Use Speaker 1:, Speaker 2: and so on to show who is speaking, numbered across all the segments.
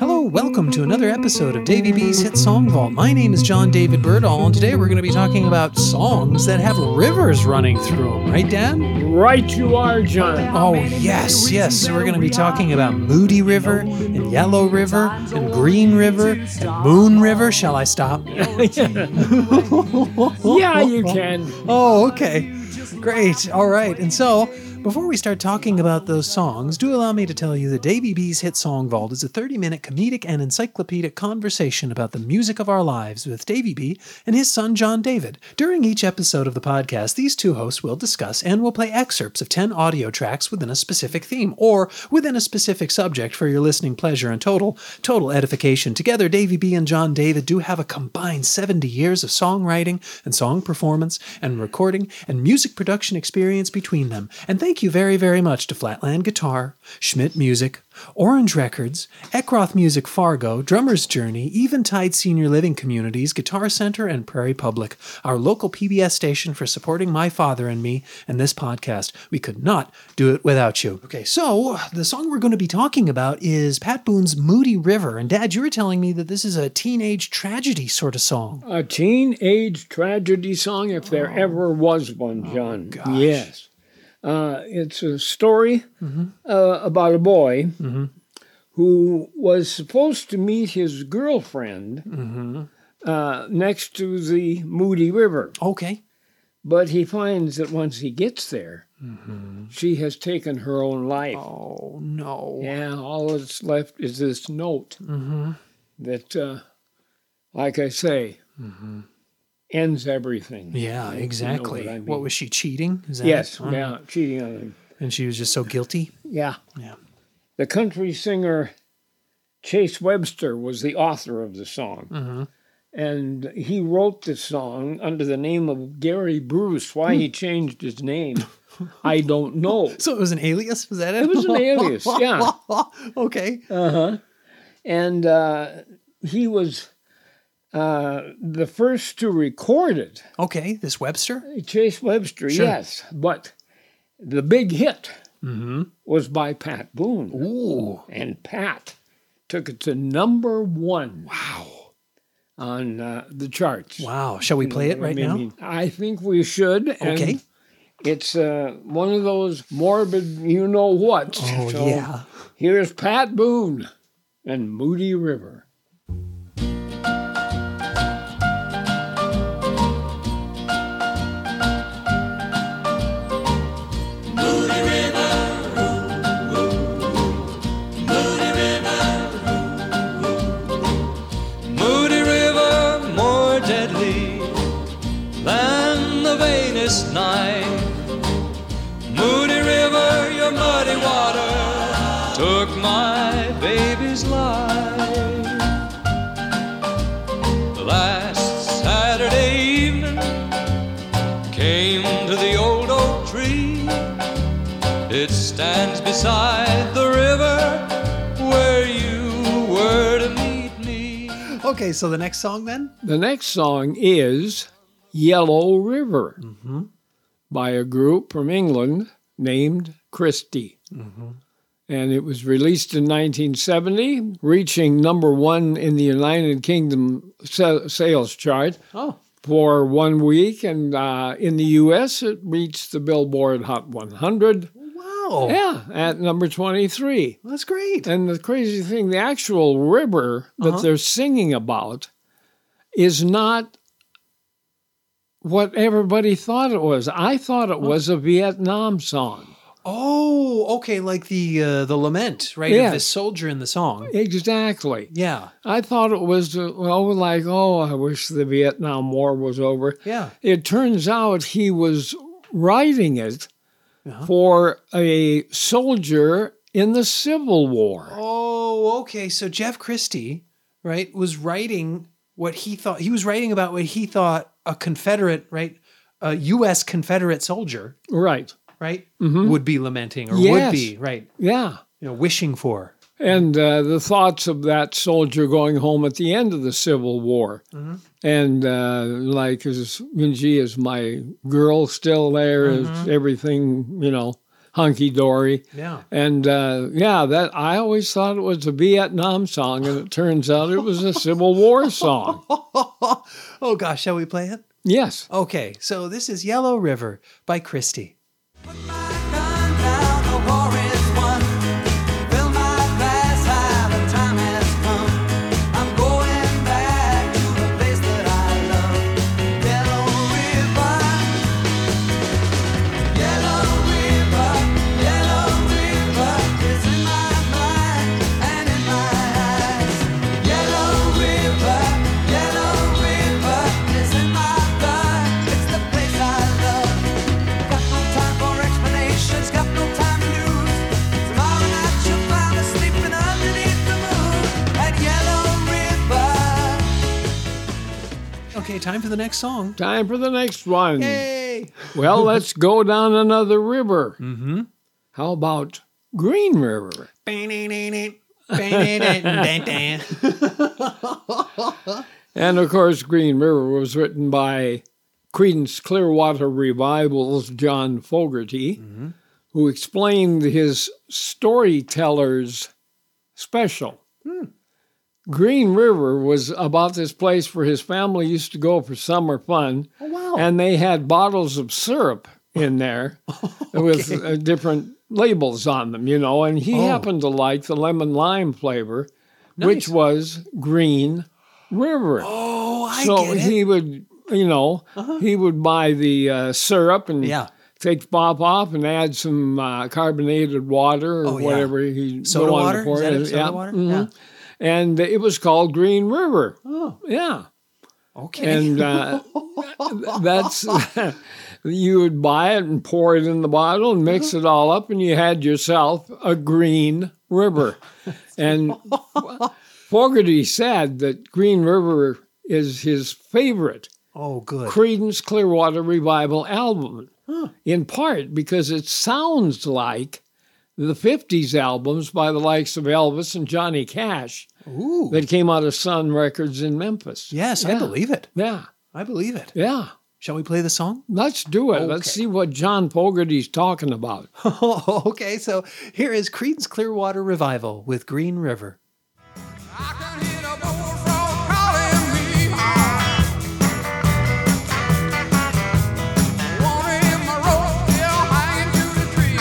Speaker 1: welcome to another episode of Davy B's Hit Song Vault. My name is John David Birdall, and today we're going to be talking about songs that have rivers running through them, right, Dan?
Speaker 2: Right you are, John.
Speaker 1: Oh, yes, yes. So we're going to be talking about Moody River, and Yellow River, and Green River, and Moon River. Shall I stop?
Speaker 2: Yeah, you can.
Speaker 1: Oh, okay. Great. All right. And so, before we start talking about those songs, do allow me to tell you that Davy B's Hit Song Vault is a 30 minute comedic and encyclopedic conversation about the music of our lives with Davy B and his son John David. During each episode of the podcast, these two hosts will discuss and will play excerpts of 10 audio tracks within a specific theme or within a specific subject for your listening pleasure and total total edification. Together, Davy B and John David do have a combined 70 years of songwriting and song performance and recording and music production experience between them. And thank you very, very much to Flatland Guitar, Schmidt Music, Orange Records, Ekroth Music Fargo, Drummer's Journey, Eventide Senior Living Communities, Guitar Center, and Prairie Public, our local PBS station for supporting my father and me and this podcast. We could not do it without you. Okay, so the song we're going to be talking about is Pat Boone's Moody River. And Dad, you were telling me that this is a teenage tragedy sort of song.
Speaker 2: A teenage tragedy song, if there ever was one, John. Yes. Uh, it's a story uh, about a boy who was supposed to meet his girlfriend uh, next to the Moody River,
Speaker 1: Okay.
Speaker 2: but he finds that once he gets there, she has taken her own life.
Speaker 1: Oh, no.
Speaker 2: Yeah, all that's left is this note that, uh, like I say, ends everything.
Speaker 1: Yeah,
Speaker 2: You know
Speaker 1: exactly.
Speaker 2: what I
Speaker 1: What
Speaker 2: mean.
Speaker 1: was she cheating? Is that
Speaker 2: yes,
Speaker 1: it? Uh-huh. Huh?
Speaker 2: yeah, cheating on him.
Speaker 1: And she was just so guilty.
Speaker 2: Yeah.
Speaker 1: Yeah.
Speaker 2: The country singer Chase Webster was the author of the song. And he wrote this song under the name of Gary Bruce. Why he changed his name, I don't know.
Speaker 1: So it was an alias? Was that it?
Speaker 2: It was an alias, yeah.
Speaker 1: okay.
Speaker 2: Uh-huh. and uh, he was uh, the first to record it.
Speaker 1: Okay. This Webster?
Speaker 2: Chase Webster, yes, but the big hit Mm-hmm. was by Pat Boone,
Speaker 1: Ooh.
Speaker 2: and Pat took it to number one. Wow, on uh, the charts.
Speaker 1: Wow. Shall we play it right
Speaker 2: I
Speaker 1: now?
Speaker 2: mean, I think we should. and
Speaker 1: Okay.
Speaker 2: It's uh, one of those morbid, you know what.
Speaker 1: Oh,
Speaker 2: So
Speaker 1: yeah.
Speaker 2: Here's Pat Boone and Moody River.
Speaker 3: Moody River more deadly than the vainest night. Moody River, your muddy water took my baby's life. Last Saturday evening, came to the old oak tree. It stands beside the river where you were to meet me.
Speaker 1: Okay. So the next song then?
Speaker 2: The next song is Yellow River by a group from England named Christie. And it was released in 1970, reaching number one in the United Kingdom sa- sales chart
Speaker 1: Oh.
Speaker 2: for one week. And uh, in the US, it reached the Billboard Hot 100.
Speaker 1: Wow.
Speaker 2: Yeah, at number 23.
Speaker 1: That's great.
Speaker 2: And the crazy thing, the actual river that they're singing about is not what everybody thought it was. I thought it was a Vietnam song.
Speaker 1: Oh, okay. Like the uh, the lament, right? Of
Speaker 2: Yes.
Speaker 1: the soldier in the song.
Speaker 2: Exactly.
Speaker 1: Yeah.
Speaker 2: I thought it was, uh, oh, like, oh, I wish the Vietnam War was over.
Speaker 1: Yeah.
Speaker 2: It turns out he was writing it for a soldier in the Civil War.
Speaker 1: Oh, okay. So Jeff Christie, right, was writing what he thought he was writing about what he thought a Confederate, right, a U.S. Confederate soldier,
Speaker 2: Right.
Speaker 1: right, would be lamenting or would
Speaker 2: Yes.
Speaker 1: be right,
Speaker 2: Yeah.
Speaker 1: you know, wishing for.
Speaker 2: and uh, the thoughts of that soldier going home at the end of the Civil War, and uh, like, is gee, is my girl still there? Is everything you know hunky dory.
Speaker 1: Yeah.
Speaker 2: And uh, yeah, that I always thought it was a Vietnam song, and it turns out it was a Civil War song.
Speaker 1: Oh gosh, shall we play it?
Speaker 2: Yes.
Speaker 1: Okay, so this is Yellow River by Christie. Okay, time for the next song.
Speaker 2: Time for the next one.
Speaker 1: Yay!
Speaker 2: Well, let's go down another river. Mm-hmm. How about Green River? And of course, Green River was written by Credence Clearwater Revival's John Fogerty,
Speaker 1: Mm-hmm.
Speaker 2: who explained his storyteller's special.
Speaker 1: Hmm.
Speaker 2: Green River was about this place where his family used to go for summer fun.
Speaker 1: Oh, wow.
Speaker 2: And they had bottles of syrup in there with uh, different labels on them, you know. And
Speaker 1: Oh.
Speaker 2: he happened to like the lemon lime flavor,
Speaker 1: Nice.
Speaker 2: which was Green River
Speaker 1: oh, I
Speaker 2: so
Speaker 1: get it. Uh-huh.
Speaker 2: he would, you know, he would buy the uh, syrup and
Speaker 1: Yeah.
Speaker 2: take pop off and add some uh, carbonated water or
Speaker 1: Oh, yeah.
Speaker 2: whatever he
Speaker 1: soda
Speaker 2: wanted
Speaker 1: water?
Speaker 2: to pour
Speaker 1: Is that
Speaker 2: in.
Speaker 1: it? Soda
Speaker 2: yeah.
Speaker 1: water?
Speaker 2: mhm.
Speaker 1: Yeah.
Speaker 2: And it was called Green River.
Speaker 1: Oh,
Speaker 2: Yeah,
Speaker 1: okay.
Speaker 2: and uh, that's you would buy it and pour it in the bottle and mix it all up, and you had yourself a Green River. and Fogarty said that Green River is his favorite.
Speaker 1: oh, good.
Speaker 2: Creedence Clearwater Revival album, in part because it sounds like the 50s albums by the likes of Elvis and Johnny Cash
Speaker 1: Ooh.
Speaker 2: that came out of Sun Records in Memphis.
Speaker 1: Yes, I
Speaker 2: Yeah.
Speaker 1: believe it.
Speaker 2: Yeah,
Speaker 1: I believe it.
Speaker 2: yeah.
Speaker 1: Shall we play the song?
Speaker 2: Let's do it. Let's
Speaker 1: Okay.
Speaker 2: see what John Fogerty's talking about.
Speaker 1: okay, so here is Creedence Clearwater Revival with Green River.
Speaker 4: I can hear the bullfrog calling me. Wanting my rope still hanging to the tree.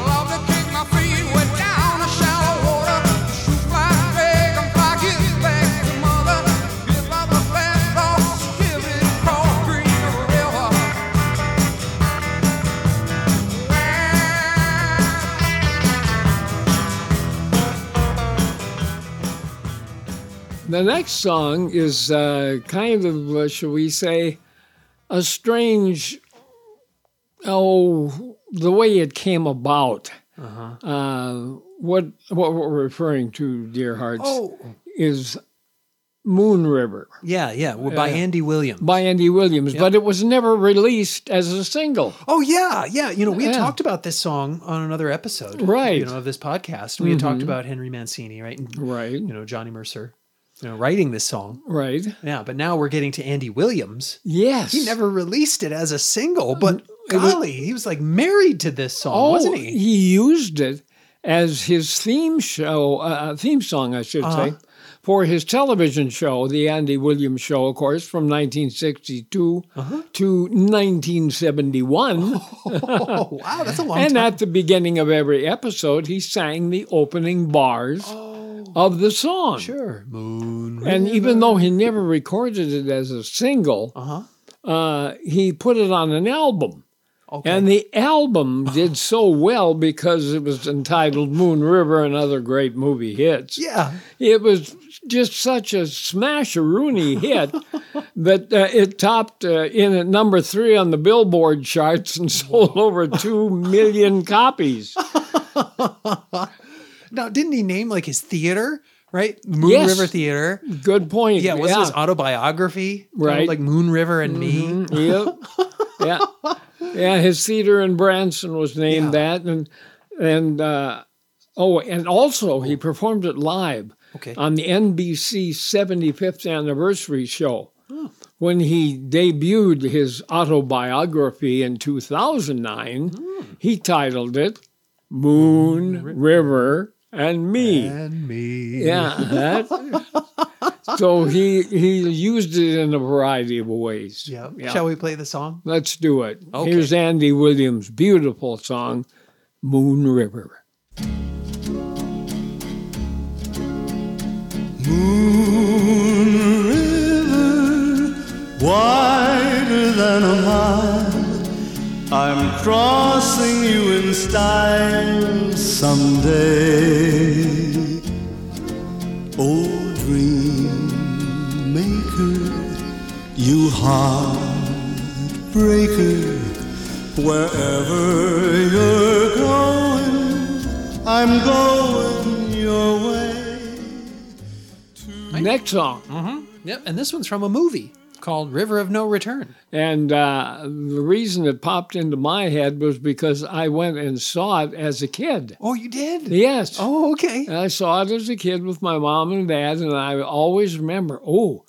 Speaker 4: Love to kick my feet way down the shallow water. Shoot fly big and fly get back to mother. Give up the fast thoughts, give it cross green river.
Speaker 2: The next song is uh, kind of, uh, shall we say, a strange, oh, the way it came about. Uh, what what we're referring to, dear hearts,
Speaker 1: Oh.
Speaker 2: is Moon River
Speaker 1: yeah, yeah, well, by Andy Williams.
Speaker 2: by Andy Williams, but it was never released as a single.
Speaker 1: Oh yeah, yeah. You know, we had
Speaker 2: Yeah.
Speaker 1: talked about this song on another episode,
Speaker 2: Right. Mm-hmm.
Speaker 1: You know, of this podcast, we had talked about Henry Mancini, right? And,
Speaker 2: Right,
Speaker 1: You know, Johnny Mercer, you know, writing this song.
Speaker 2: right.
Speaker 1: Yeah, but now we're getting to Andy Williams.
Speaker 2: Yes.
Speaker 1: He never released it as a single, but golly, he was like married to this song,
Speaker 2: Oh,
Speaker 1: wasn't he?
Speaker 2: used it as his theme show, uh, theme song, I should
Speaker 1: Uh-huh.
Speaker 2: say, for his television show, The Andy Williams Show, of course, from 1962 to 1971.
Speaker 1: Uh-huh. Oh wow, that's a long
Speaker 2: and
Speaker 1: time.
Speaker 2: at the beginning of every episode, he sang the opening bars of the song.
Speaker 1: Oh. Sure, Moon.
Speaker 2: And even though he never recorded it as a single,
Speaker 1: Uh-huh.
Speaker 2: uh, he put it on an album.
Speaker 1: Okay.
Speaker 2: And the album did so well because it was entitled Moon River and Other Great Movie Hits.
Speaker 1: yeah,
Speaker 2: It was just such a smash-a-rooney hit that uh, it topped uh, in at number three on the Billboard charts and sold over two million copies.
Speaker 1: now didn't he name like his theater? Right, Moon
Speaker 2: Yes.
Speaker 1: River Theater.
Speaker 2: Good point.
Speaker 1: Yeah, Mm-hmm. wasn't his autobiography titled,
Speaker 2: Right.
Speaker 1: Like Moon River and Me.
Speaker 2: Mm-hmm. yep. Yeah. Yeah, his theater in Branson was named that and and uh oh and also he performed it live
Speaker 1: Okay.
Speaker 2: on the NBC 75th anniversary show. when he debuted his autobiography in 2009, he titled it Hmm. Moon, River, and Me.
Speaker 1: And me.
Speaker 2: Yeah, that. so he he used it in a variety of ways.
Speaker 1: Yeah. Shall we play the song?
Speaker 2: Let's do it.
Speaker 1: Okay.
Speaker 2: Here's Andy Williams' beautiful song, Moon River.
Speaker 5: Moon River, wider than a mile. I'm crossing you in style someday. Oh, dream maker, you heartbreaker, wherever you're going, I'm going your way.
Speaker 2: Next song.
Speaker 1: Yep. And this one's from a movie called River of No Return.
Speaker 2: And uh, the reason it popped into my head was because I went and saw it as a kid.
Speaker 1: Oh, you did?
Speaker 2: Yes.
Speaker 1: Oh, okay.
Speaker 2: And I saw it as a kid with my mom and dad, and I always remember, oh,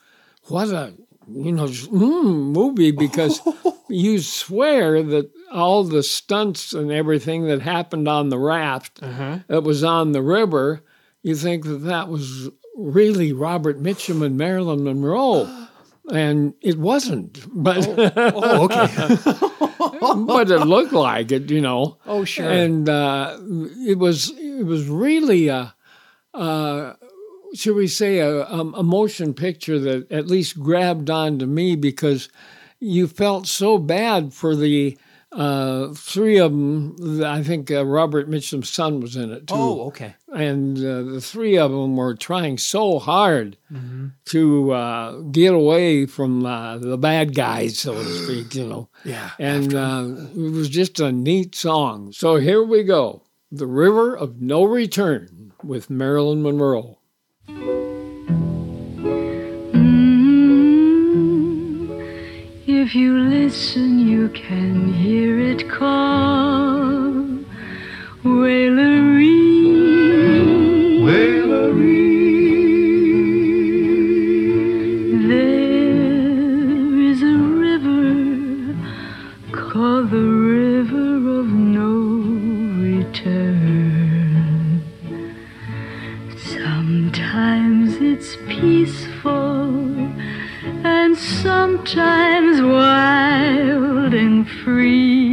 Speaker 2: what a you know mm, movie because you swear that all the stunts and everything that happened on the raft
Speaker 1: Uh-huh.
Speaker 2: that was on the river, you think that that was really Robert Mitchum and Marilyn Monroe. And it wasn't, but
Speaker 1: Oh, okay.
Speaker 2: but it looked like it, you know.
Speaker 1: Oh, sure.
Speaker 2: And uh, it was it was really a, uh, should we say a, um, a motion picture that at least grabbed onto me because you felt so bad for the uh, three of them. I think uh, Robert Mitchum's son was in it too
Speaker 1: oh, okay.
Speaker 2: and uh, the three of them were trying so hard to uh, get away from uh, the bad guys, so to speak, you know.
Speaker 1: Yeah.
Speaker 2: And uh, it was just a neat song. So here we go The River of No Return with Marilyn Monroe.
Speaker 6: Mm-hmm. If you listen, you can hear it call. Wailery. Wailery. There is a river called the River of No Return. Sometimes it's peaceful and sometimes wild and free.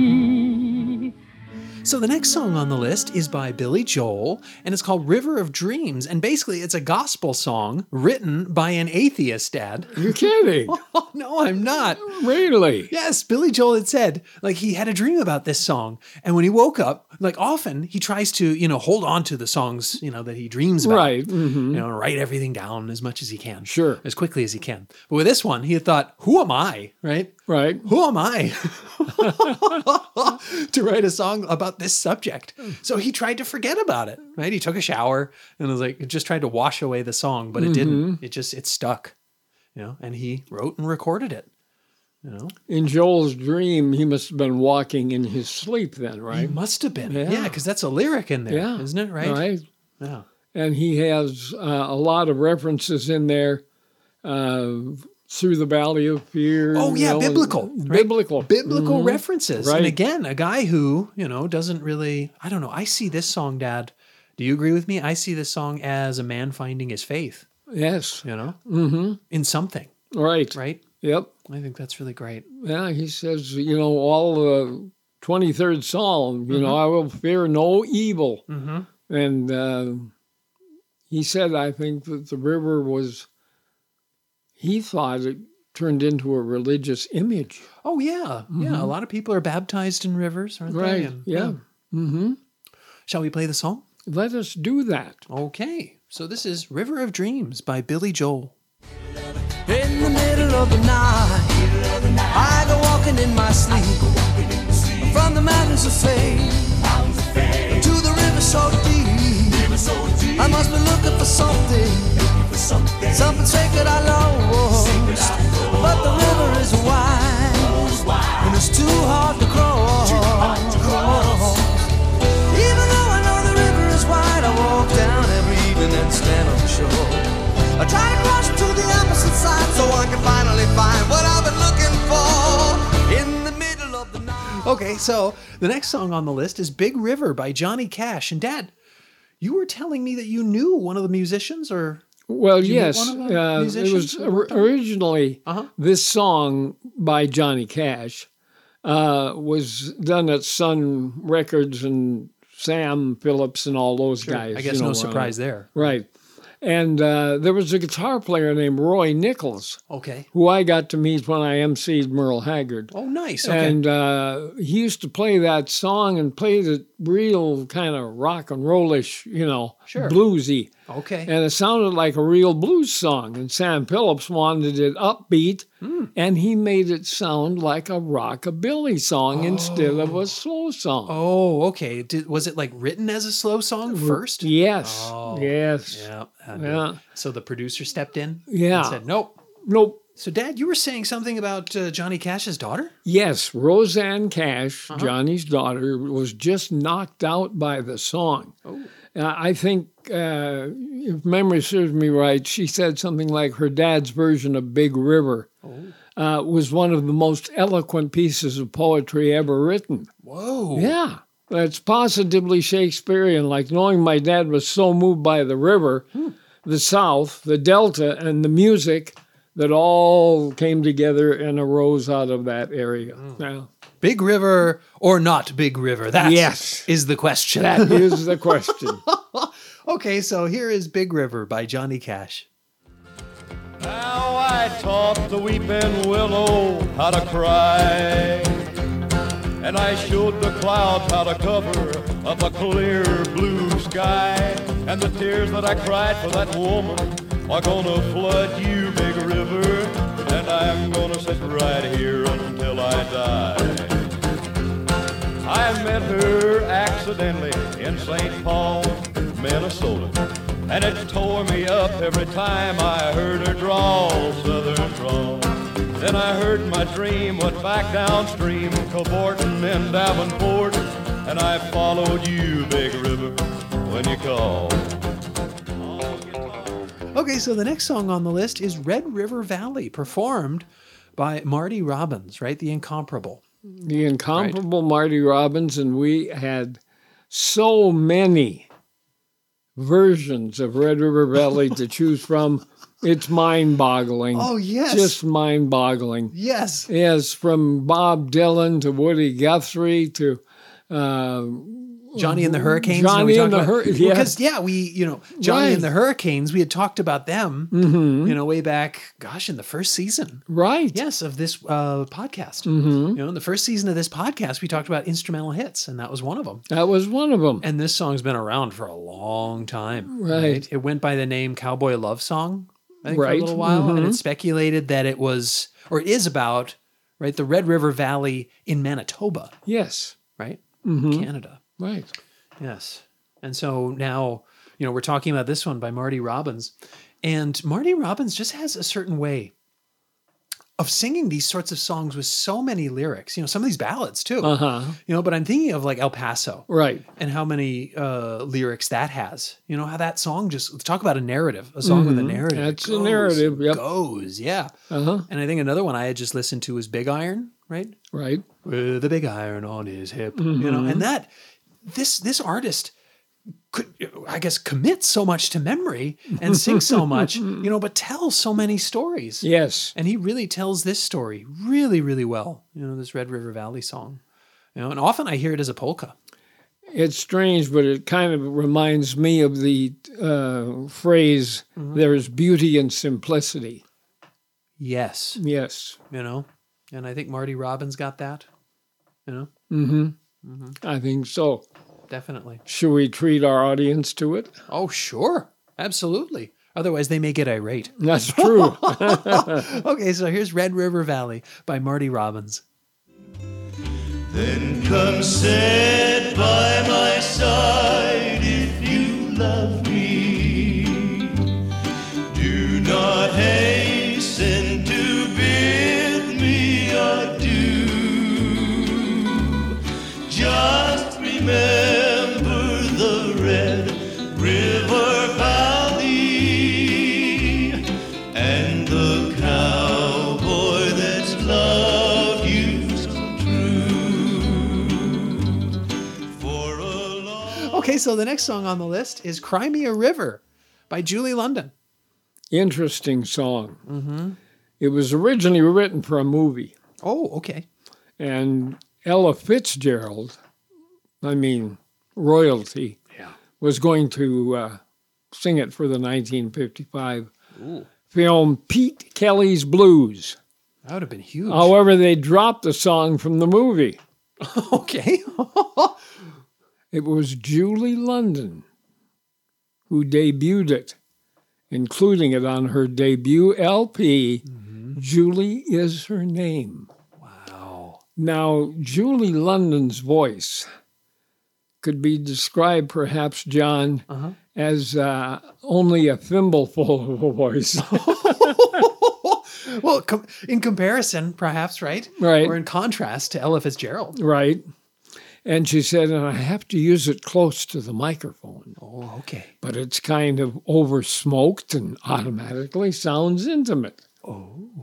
Speaker 1: So the next song on the list is by Billy Joel, and it's called River of Dreams. And basically, it's a gospel song written by an atheist, Dad.
Speaker 2: You're kidding.
Speaker 1: Oh, no, I'm not.
Speaker 2: really?
Speaker 1: Yes, Billy Joel had said, like, he had a dream about this song. And when he woke up, like, often he tries to, you know, hold on to the songs, you know, that he dreams about.
Speaker 2: Right. mm, Mm-hmm.
Speaker 1: You know, write everything down as much as he can.
Speaker 2: Sure.
Speaker 1: As quickly as he can. But with this one, he had thought, who am I? Right?
Speaker 2: Right.
Speaker 1: who am I to write a song about this subject? So he tried to forget about it, right? He took a shower and was like, just tried to wash away the song, but it
Speaker 2: Mm-hmm.
Speaker 1: didn't. It just, it stuck, you know, and he wrote and recorded it, you know?
Speaker 2: In Joel's dream, he must have been walking in his sleep then,
Speaker 1: He
Speaker 2: right?
Speaker 1: must have been.
Speaker 2: Yeah.
Speaker 1: Yeah, because that's a lyric in there,
Speaker 2: Yeah.
Speaker 1: not it? Mm-hmm. Right?
Speaker 2: Right. Mm-hmm.
Speaker 1: Yeah.
Speaker 2: and he has uh, a lot of references in there uh, through the valley of fear.
Speaker 1: Oh,
Speaker 2: you
Speaker 1: yeah,
Speaker 2: know, and-
Speaker 1: biblical, right?
Speaker 2: biblical,
Speaker 1: Biblical references.
Speaker 2: Right.
Speaker 1: And again, a guy who, you know, doesn't really, I don't know, I see this song, Dad. Do you agree with me? I see this song as a man finding his faith.
Speaker 2: Mm, Yes, Mm-hmm.
Speaker 1: you know, in something,
Speaker 2: right.
Speaker 1: right?
Speaker 2: Yep.
Speaker 1: I think that's really great.
Speaker 2: Yeah, he says, you know, all the twenty third Psalm.
Speaker 1: Mm-hmm.
Speaker 2: You know, I will fear no evil. And uh, he said, I think that the river was. He thought it turned into a religious image.
Speaker 1: Oh yeah, yeah. A lot of people are baptized in rivers, aren't
Speaker 2: Mm-hmm. Right.
Speaker 1: they? And-
Speaker 2: yeah.
Speaker 1: Shall we play the song?
Speaker 2: Let us do that.
Speaker 1: Okay. So this is "River of Dreams" by Billy Joel.
Speaker 7: In the middle of the night, I go walking in my sleep. From the mountains of faith to the river so deep. I must be looking for something, something sacred I lost. But the river is wide, and it's too hard to cross. Even though I know the river is wide, I walk down every evening and stand on shore. I try to cross to the opposite side so I can finally find what I
Speaker 1: Okay, so the next song on the list is Big River by Johnny Cash. And Dad, you were telling me that you knew one of the musicians or
Speaker 2: Well,
Speaker 1: you know
Speaker 2: yes,
Speaker 1: one of the
Speaker 2: uh, it
Speaker 1: musicians
Speaker 2: was
Speaker 1: who
Speaker 2: or-
Speaker 1: worked on it?
Speaker 2: originally
Speaker 1: Uh-huh.
Speaker 2: this song by Johnny Cash uh, was done at Sun Records and Sam Phillips and all those guys.
Speaker 1: I guess
Speaker 2: you
Speaker 1: no
Speaker 2: know, uh, were on it.
Speaker 1: surprise there.
Speaker 2: Right, and uh, there was a guitar player named Roy Nichols
Speaker 1: Okay.
Speaker 2: who I got to meet when I emceed Merle Haggard.
Speaker 1: Oh, nice. Okay.
Speaker 2: And uh, he used to play that song and play the real kind of rock and rollish, you know,
Speaker 1: Sure.
Speaker 2: bluesy.
Speaker 1: okay.
Speaker 2: And it sounded like a real blues song. And Sam Phillips wanted it upbeat,
Speaker 1: Hmm.
Speaker 2: and he made it sound like a rockabilly song instead of a slow song.
Speaker 1: oh, okay. Did, was it like written as a slow song first?
Speaker 2: Yes,
Speaker 1: Oh,
Speaker 2: yes.
Speaker 1: Yeah.
Speaker 2: Yeah.
Speaker 1: So the producer stepped in
Speaker 2: Yeah.
Speaker 1: and said, nope.
Speaker 2: Nope.
Speaker 1: So, Dad, you were saying something about uh, Johnny Cash's daughter?
Speaker 2: Yes, Roseanne Cash, Johnny's daughter, was just knocked out by the song. Uh, I think, uh, if memory serves me right, she said something like her dad's version of Big River uh, was one of the most eloquent pieces of poetry ever written.
Speaker 1: Whoa.
Speaker 2: Yeah. That's positively Shakespearean. Like knowing my dad was so moved by the river,
Speaker 1: Hmm.
Speaker 2: the South, the Delta, and the music that all came together and arose out of that area.
Speaker 1: Hmm.
Speaker 2: Yeah.
Speaker 1: Big River or not Big River? That
Speaker 2: Yes.
Speaker 1: is the question.
Speaker 2: That is the question.
Speaker 1: okay, so here is Big River by Johnny Cash.
Speaker 3: Now I taught the weeping willow how to cry. And I showed the cloud how to cover up a clear blue sky. And the tears that I cried for that woman are gonna flood you, big river. And I'm gonna sit right here until I die. I met her accidentally in St. Paul, Minnesota. And it tore me up every time I heard her drawl, southern drawl. Then I heard my dream went back downstream, cavorting in Davenport. And I followed you, Big River, when you called.
Speaker 1: Okay, so the next song on the list is Red River Valley, performed by Marty Robbins, right? The incomparable.
Speaker 2: the incomparable Marty Robbins, and we had so many versions of Red River Valley to choose from. It's mind boggling.
Speaker 1: Oh, yes.
Speaker 2: Just mind boggling.
Speaker 1: Yes.
Speaker 2: Yes, from Bob Dylan to Woody Guthrie to uh,
Speaker 1: Johnny and the Hurricanes.
Speaker 2: Johnny
Speaker 1: we
Speaker 2: and
Speaker 1: talked
Speaker 2: the
Speaker 1: about-
Speaker 2: Hur- yeah.
Speaker 1: Because, yeah, we, you know, Johnny
Speaker 2: Right. Mm-hmm.
Speaker 1: and the Hurricanes, we had talked about them, you know, way back, gosh, in the first season.
Speaker 2: right.
Speaker 1: Yes, of this uh, podcast.
Speaker 2: Mm-hmm.
Speaker 1: You know, in the first season of this podcast, we talked about instrumental hits, and that was one of them.
Speaker 2: That was one of them.
Speaker 1: And this song's been around for a long time.
Speaker 2: Right.
Speaker 1: It went by the name Cowboy Love Song, I think, for a
Speaker 2: Right. Mm-hmm.
Speaker 1: little while. And it's speculated that it was, or it is about, right, the Red River Valley in Manitoba,
Speaker 2: yes,
Speaker 1: right?
Speaker 2: Mm-hmm.
Speaker 1: Canada.
Speaker 2: right.
Speaker 1: Yes. And so now, you know, we're talking about this one by Marty Robbins. And Marty Robbins just has a certain way of singing these sorts of songs with so many lyrics, you know, some of these ballads too.
Speaker 2: Uh huh.
Speaker 1: You know, but I'm thinking of like El Paso
Speaker 2: Right.
Speaker 1: and how many uh, lyrics that has. You know how that song just talk about a narrative, a song with a narrative.
Speaker 2: That's
Speaker 1: It
Speaker 2: Mm-hmm. a narrative, yep.
Speaker 1: Goes, yeah.
Speaker 2: Uh huh.
Speaker 1: And I think another one I had just listened to was Big Iron, right?
Speaker 2: Right.
Speaker 1: With a uh, big iron on his hip, you know, and that this this artist could I guess commit so much to memory and sing so much, you know, but tell so many stories.
Speaker 2: Yes.
Speaker 1: And he really tells this story really, really well. You know, this Red River Valley song. You know, and often I hear it as a polka.
Speaker 2: It's strange, but it kind of reminds me of the uh, phrase "there is beauty in simplicity."
Speaker 1: Yes.
Speaker 2: Yes,
Speaker 1: you know and i think marty robbins got that you know
Speaker 2: I think so.
Speaker 1: definitely
Speaker 2: Should we treat our audience to it?
Speaker 1: oh sure absolutely otherwise they may get irate
Speaker 2: That's true.
Speaker 1: okay so here's red river valley by marty robbins
Speaker 3: Then come sit by my side if you love me. Do not hasten to bid me adieu. Just remember the Red River Valley and the cowboy that's loved you so true.
Speaker 1: so the next song on the list is Cry Me a River by Julie London.
Speaker 2: Interesting song. It was originally written for a movie,
Speaker 1: Oh, okay.
Speaker 2: and Ella Fitzgerald, I mean, royalty, was going to uh, sing it for the 1955 film Pete Kelly's Blues.
Speaker 1: That would have been huge.
Speaker 2: However, they dropped the song from the movie.
Speaker 1: okay.
Speaker 2: It was Julie London who debuted it, including it on her debut LP, Julie is her name.
Speaker 1: wow.
Speaker 2: Now, Julie London's voice could be described perhaps, John,
Speaker 1: Uh-huh.
Speaker 2: as uh, only a thimbleful of a voice.
Speaker 1: Well, com- in comparison, perhaps, right?
Speaker 2: Right.
Speaker 1: Or in contrast to Ella Fitzgerald.
Speaker 2: right? And she said, and I have to use it close to the microphone.
Speaker 1: Oh, okay.
Speaker 2: but it's kind of over smoked and automatically sounds intimate.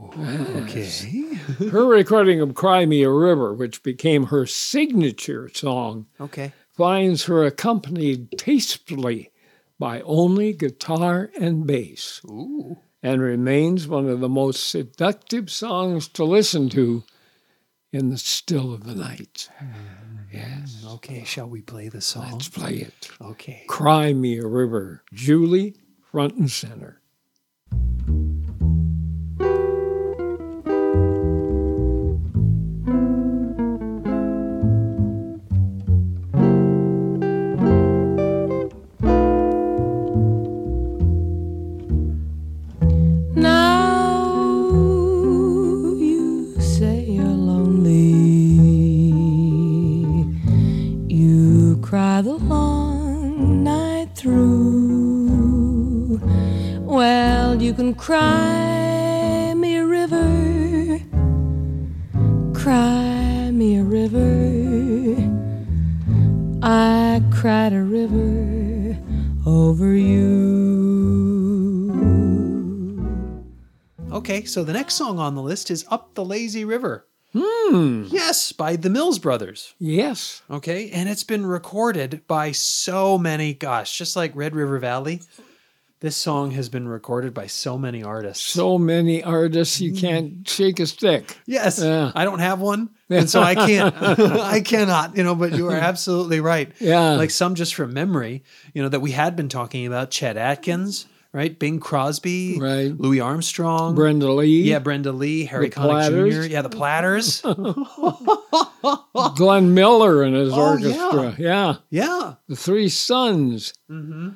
Speaker 1: Okay.
Speaker 2: Her recording of Cry Me a River, which became her signature song,
Speaker 1: Okay.
Speaker 2: finds her accompanied tastefully by only guitar and bass,
Speaker 1: Ooh.
Speaker 2: and remains one of the most seductive songs to listen to in the still of the night. Yes,
Speaker 1: Okay, shall we play the song?
Speaker 2: let's play it.
Speaker 1: okay.
Speaker 2: Cry Me a River, Julie, front and center.
Speaker 8: Now you say you're lonely. You cry the long night through. Well, you can cry me a river. Cry me a river. I cried a river over you.
Speaker 1: Okay, so the next song on the list is Up the Lazy River. Hmm. Yes, by the Mills Brothers.
Speaker 2: Yes.
Speaker 1: Okay, and it's been recorded by so many, gosh, just like Red River Valley. This song has been recorded by so many artists.
Speaker 2: so many artists
Speaker 1: Mm.
Speaker 2: you can't shake a stick.
Speaker 1: Yes,
Speaker 2: Yeah.
Speaker 1: I don't have one, and so I can't. I cannot, you know. But you are absolutely right.
Speaker 2: Yeah.
Speaker 1: like some just from memory, you know, that we had been talking about Chet Atkins, right? Bing Crosby,
Speaker 2: Right.
Speaker 1: Louis Armstrong,
Speaker 2: Brenda Lee,
Speaker 1: yeah, Brenda Lee, Harry
Speaker 2: The
Speaker 1: Connick
Speaker 2: Platters.
Speaker 1: Jr., yeah, the Platters,
Speaker 2: Glenn Miller and his
Speaker 1: Oh, yeah.
Speaker 2: orchestra. Yeah.
Speaker 1: yeah,
Speaker 2: The Three Sons. Mm-hmm.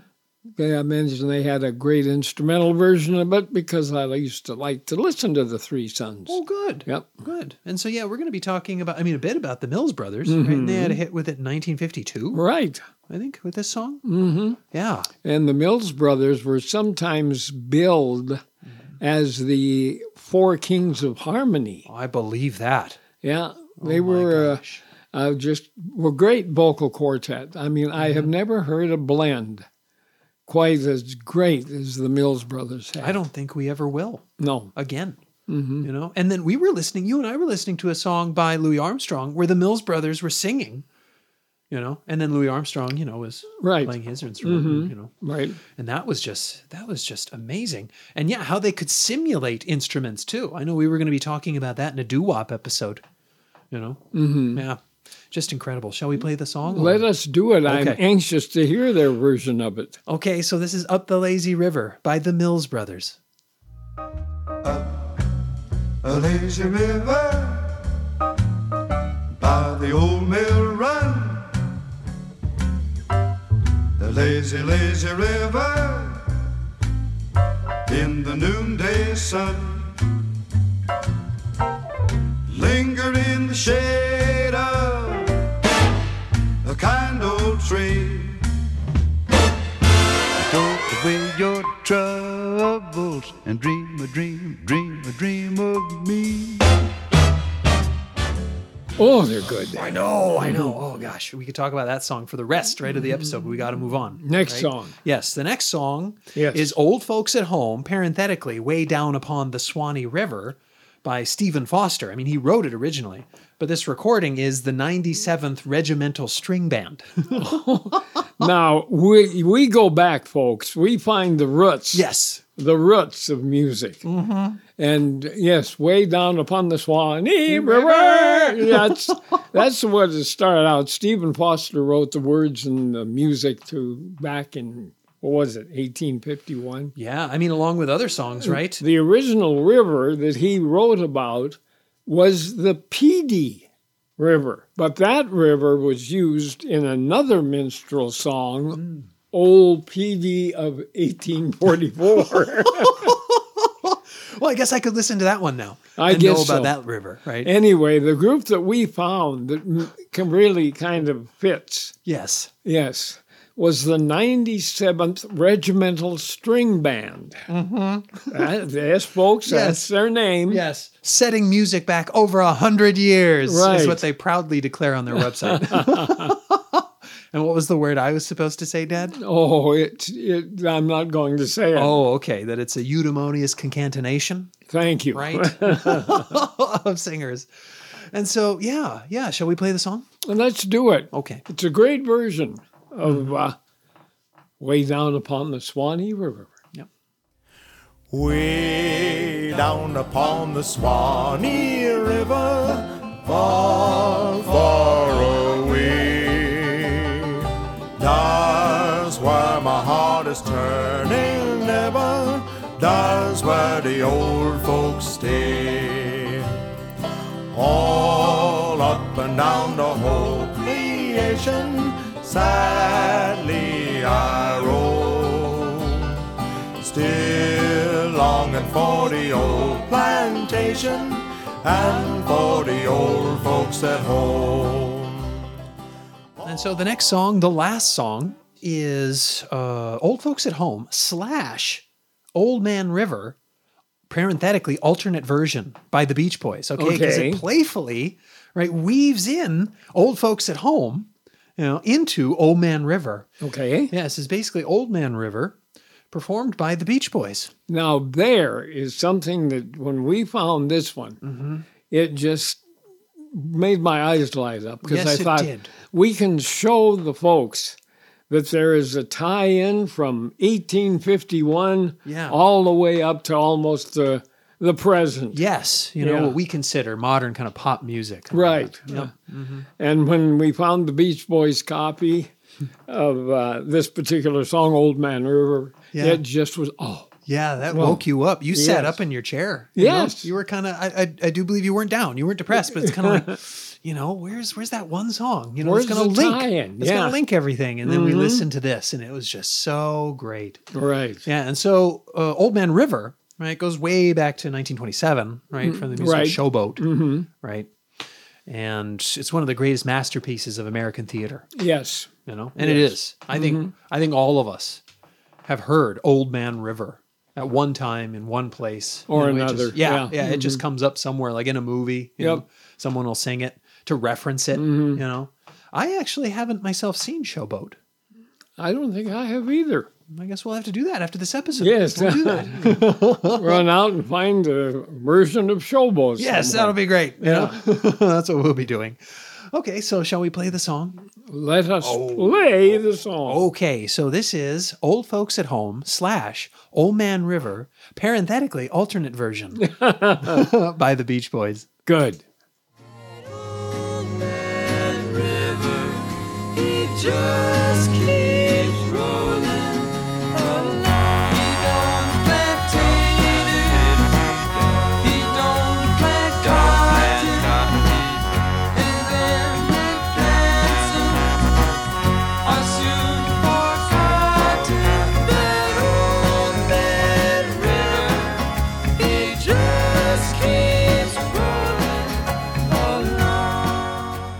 Speaker 2: I mentioned they had a great instrumental version of it because I used to like to listen to the Three Sons.
Speaker 1: oh, good,
Speaker 2: Yep.
Speaker 1: good. And so yeah, we're going to be talking about, I mean, a bit about the Mills Brothers, right? And they had a hit with it in 1952,
Speaker 2: Right.
Speaker 1: I think, with this song. Mm-hmm. Yeah,
Speaker 2: And the Mills brothers were sometimes billed
Speaker 1: Mm-hmm.
Speaker 2: as the Four Kings of Harmony.
Speaker 1: I believe that.
Speaker 2: Yeah. They
Speaker 1: Oh, my
Speaker 2: were. Uh,
Speaker 1: gosh.
Speaker 2: uh, just were great vocal quartet. I mean, I
Speaker 1: Mm-hmm.
Speaker 2: have never heard a blend quite as great as the Mills Brothers had.
Speaker 1: I don't think we ever will.
Speaker 2: no.
Speaker 1: again. You know, and then we were listening. You and I were listening to a song by Louis Armstrong where the Mills brothers were singing. You know, and then Louis Armstrong, you know, was
Speaker 2: Right.
Speaker 1: playing his instrument. You know,
Speaker 2: Right.
Speaker 1: and that was just that was just amazing. And yeah, how they could simulate instruments too. I know we were going to be talking about that in a doo wop episode. You know, mm-hmm. yeah, just incredible. Shall we play the song?
Speaker 2: Let us do it. I'm
Speaker 1: Okay.
Speaker 2: anxious to hear their version of it.
Speaker 1: Okay, so this is "Up the Lazy River" by the Mills brothers.
Speaker 5: a lazy river by the old mill run. The lazy, lazy river in the noonday sun. Linger in the shade of a kind old tree. Throw away your troubles and dream a dream, dream a dream of me.
Speaker 2: Oh, they're good.
Speaker 1: I know, I know. Oh gosh, we could talk about that song for the rest right of the episode, but we got to move on.
Speaker 2: Next
Speaker 1: right?
Speaker 2: song.
Speaker 1: Yes, the next song
Speaker 2: Yes.
Speaker 1: is "Old Folks at Home." Parenthetically, "Way Down Upon the Swanee River" by Stephen Foster. I mean, he wrote it originally, But this recording is the 97th Regimental String Band.
Speaker 2: Now we we go back, folks. We find the roots.
Speaker 1: yes.
Speaker 2: the roots of music. And yes, way down upon the Swanee River. That's that's what it started out. Stephen Foster wrote the words and the music to back in what was it, 1851.
Speaker 1: Yeah. I mean, along with other songs, right?
Speaker 2: The original river that he wrote about was the Pedi River, but that river was used in another minstrel song, Old Pedi of 1844.
Speaker 1: Well, I guess I could listen to that one now.
Speaker 2: I
Speaker 1: and know
Speaker 2: guess
Speaker 1: about
Speaker 2: so.
Speaker 1: that river, right?
Speaker 2: Anyway, the group that we found that m- can really kind of fits,
Speaker 1: yes.
Speaker 2: yes, was the 97th Regimental String Band. That- yes, folks,
Speaker 1: Mm-hmm. Yes.
Speaker 2: that's their name.
Speaker 1: Yes. Setting music back over a hundred years is
Speaker 2: Right.
Speaker 1: what they proudly declare on their website. and what was the word I was supposed to say, Dad?
Speaker 2: Oh, it, it, I'm not going to say it.
Speaker 1: Oh, okay. That it's a eudaimonious concatenation,
Speaker 2: Thank you.
Speaker 1: right? of singers. And so, yeah, yeah. Shall we play the song?
Speaker 2: Let's do it.
Speaker 1: Okay.
Speaker 2: It's a great version
Speaker 1: Mm-hmm.
Speaker 2: of uh, Way Down Upon the Swanee River.
Speaker 3: Way down upon the Swanee River, far, far away. That's where my heart is turning ever. That's where the old folks stay. All up and down the whole creation, sadly I roll. Still longing for the old plantation and for the old folks at home.
Speaker 1: And so the next song, the last song, is uh, Old Folks at Home slash Old Man River, parenthetically, alternate version by the Beach Boys. Okay. Because
Speaker 2: Okay.
Speaker 1: it playfully, right, weaves in Old Folks at Home, you know, into Old Man River.
Speaker 2: Okay.
Speaker 1: Yeah, this is basically Old Man River performed by the Beach Boys.
Speaker 2: Now there is something that when we found this one,
Speaker 1: Mm-hmm.
Speaker 2: it just made my eyes light up because
Speaker 1: Yes,
Speaker 2: I
Speaker 1: it
Speaker 2: thought
Speaker 1: did.
Speaker 2: we can show the folks that there is a tie-in from 1851
Speaker 1: Yeah.
Speaker 2: all the way up to almost the the present.
Speaker 1: Yes, you know
Speaker 2: Yeah.
Speaker 1: what we consider modern kind of pop music.
Speaker 2: Right. Yeah. And when we found the Beach Boys copy of uh, this particular song, "Old Man River,"
Speaker 1: Yeah.
Speaker 2: it just was oh
Speaker 1: Yeah, that woke you up. You sat
Speaker 2: yes.
Speaker 1: up in your chair. you know?
Speaker 2: Yes.
Speaker 1: you were kind of. I, I I do believe you weren't down. You weren't depressed, but it's kind of like, you know, where's where's that one song? You know, it's
Speaker 2: Where's
Speaker 1: going to
Speaker 2: the
Speaker 1: link.
Speaker 2: tie-in?
Speaker 1: It's going
Speaker 2: Yeah. Mm-hmm.
Speaker 1: to link everything, and then we listened to this, and it was just so great.
Speaker 2: right.
Speaker 1: Yeah, and so uh, Old Man River, right, goes way back to 1927, right, from the musical
Speaker 2: Mm, right. Mm-hmm.
Speaker 1: Showboat, right, and it's one of the greatest masterpieces of American theater
Speaker 2: Yes. Mm-hmm.
Speaker 1: you know and it is i think i think all of us have heard old man river at one time in one place
Speaker 2: Or
Speaker 1: You know, it
Speaker 2: another,
Speaker 1: just- yeah yeah,
Speaker 2: yeah. Mm-hmm.
Speaker 1: it just comes up somewhere like in a movie you
Speaker 2: Yep.
Speaker 1: know,
Speaker 2: Mm-hmm.
Speaker 1: someone will sing it to reference it you know i actually haven't myself seen showboat
Speaker 2: I don't think I have either.
Speaker 1: i guess we'll have to do that after this episode
Speaker 2: Yes.
Speaker 1: we'll do that
Speaker 2: Run out and find a version of Showboat.
Speaker 1: yes
Speaker 2: somewhere.
Speaker 1: that'll be great yeah that's what we'll be doing okay so shall we play the song
Speaker 2: Let us
Speaker 1: Oh.
Speaker 2: play the song.
Speaker 1: okay so this is old folks at home slash old man river parenthetically alternate version by the beach boys
Speaker 2: Good.
Speaker 7: Just keeps rolling along.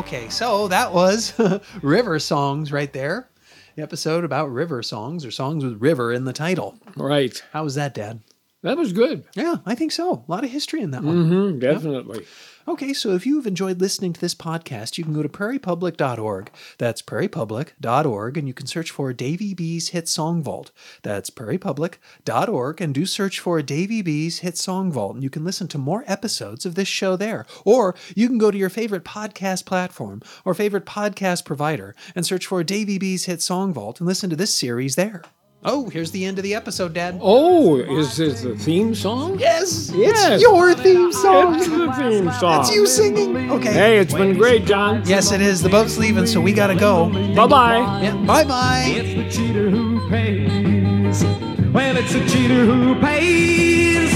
Speaker 1: Okay, so that was River Songs right there. The episode about river songs or songs with river in the title.
Speaker 2: Right.
Speaker 1: How was that, Dad?
Speaker 2: That was good.
Speaker 1: Yeah, I think so. A lot of history in that one.
Speaker 2: Mm, definitely.
Speaker 1: Okay, so if you've enjoyed listening to this podcast, you can go to prairiepublic.org. That's prairiepublic.org, and you can search for Davy B's Hit Song Vault. That's prairiepublic.org, and do search for Davy B's Hit Song Vault, and you can listen to more episodes of this show there. Or you can go to your favorite podcast platform or favorite podcast provider and search for Davy B's Hit Song Vault and listen to this series there. Oh, here's the end of the episode, Dad.
Speaker 2: Oh, is this the theme song?
Speaker 1: yes,
Speaker 2: yes.
Speaker 1: it's your theme song.
Speaker 2: It's the theme song.
Speaker 1: It's you singing. Okay.
Speaker 2: Hey, it's been great, John.
Speaker 1: Yes, it is. The boat's leaving, so we gotta go.
Speaker 2: Bye bye.
Speaker 1: Yeah, bye bye.
Speaker 9: It's the cheater who pays. Well, it's the cheater who pays.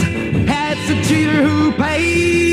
Speaker 9: It's the cheater who pays.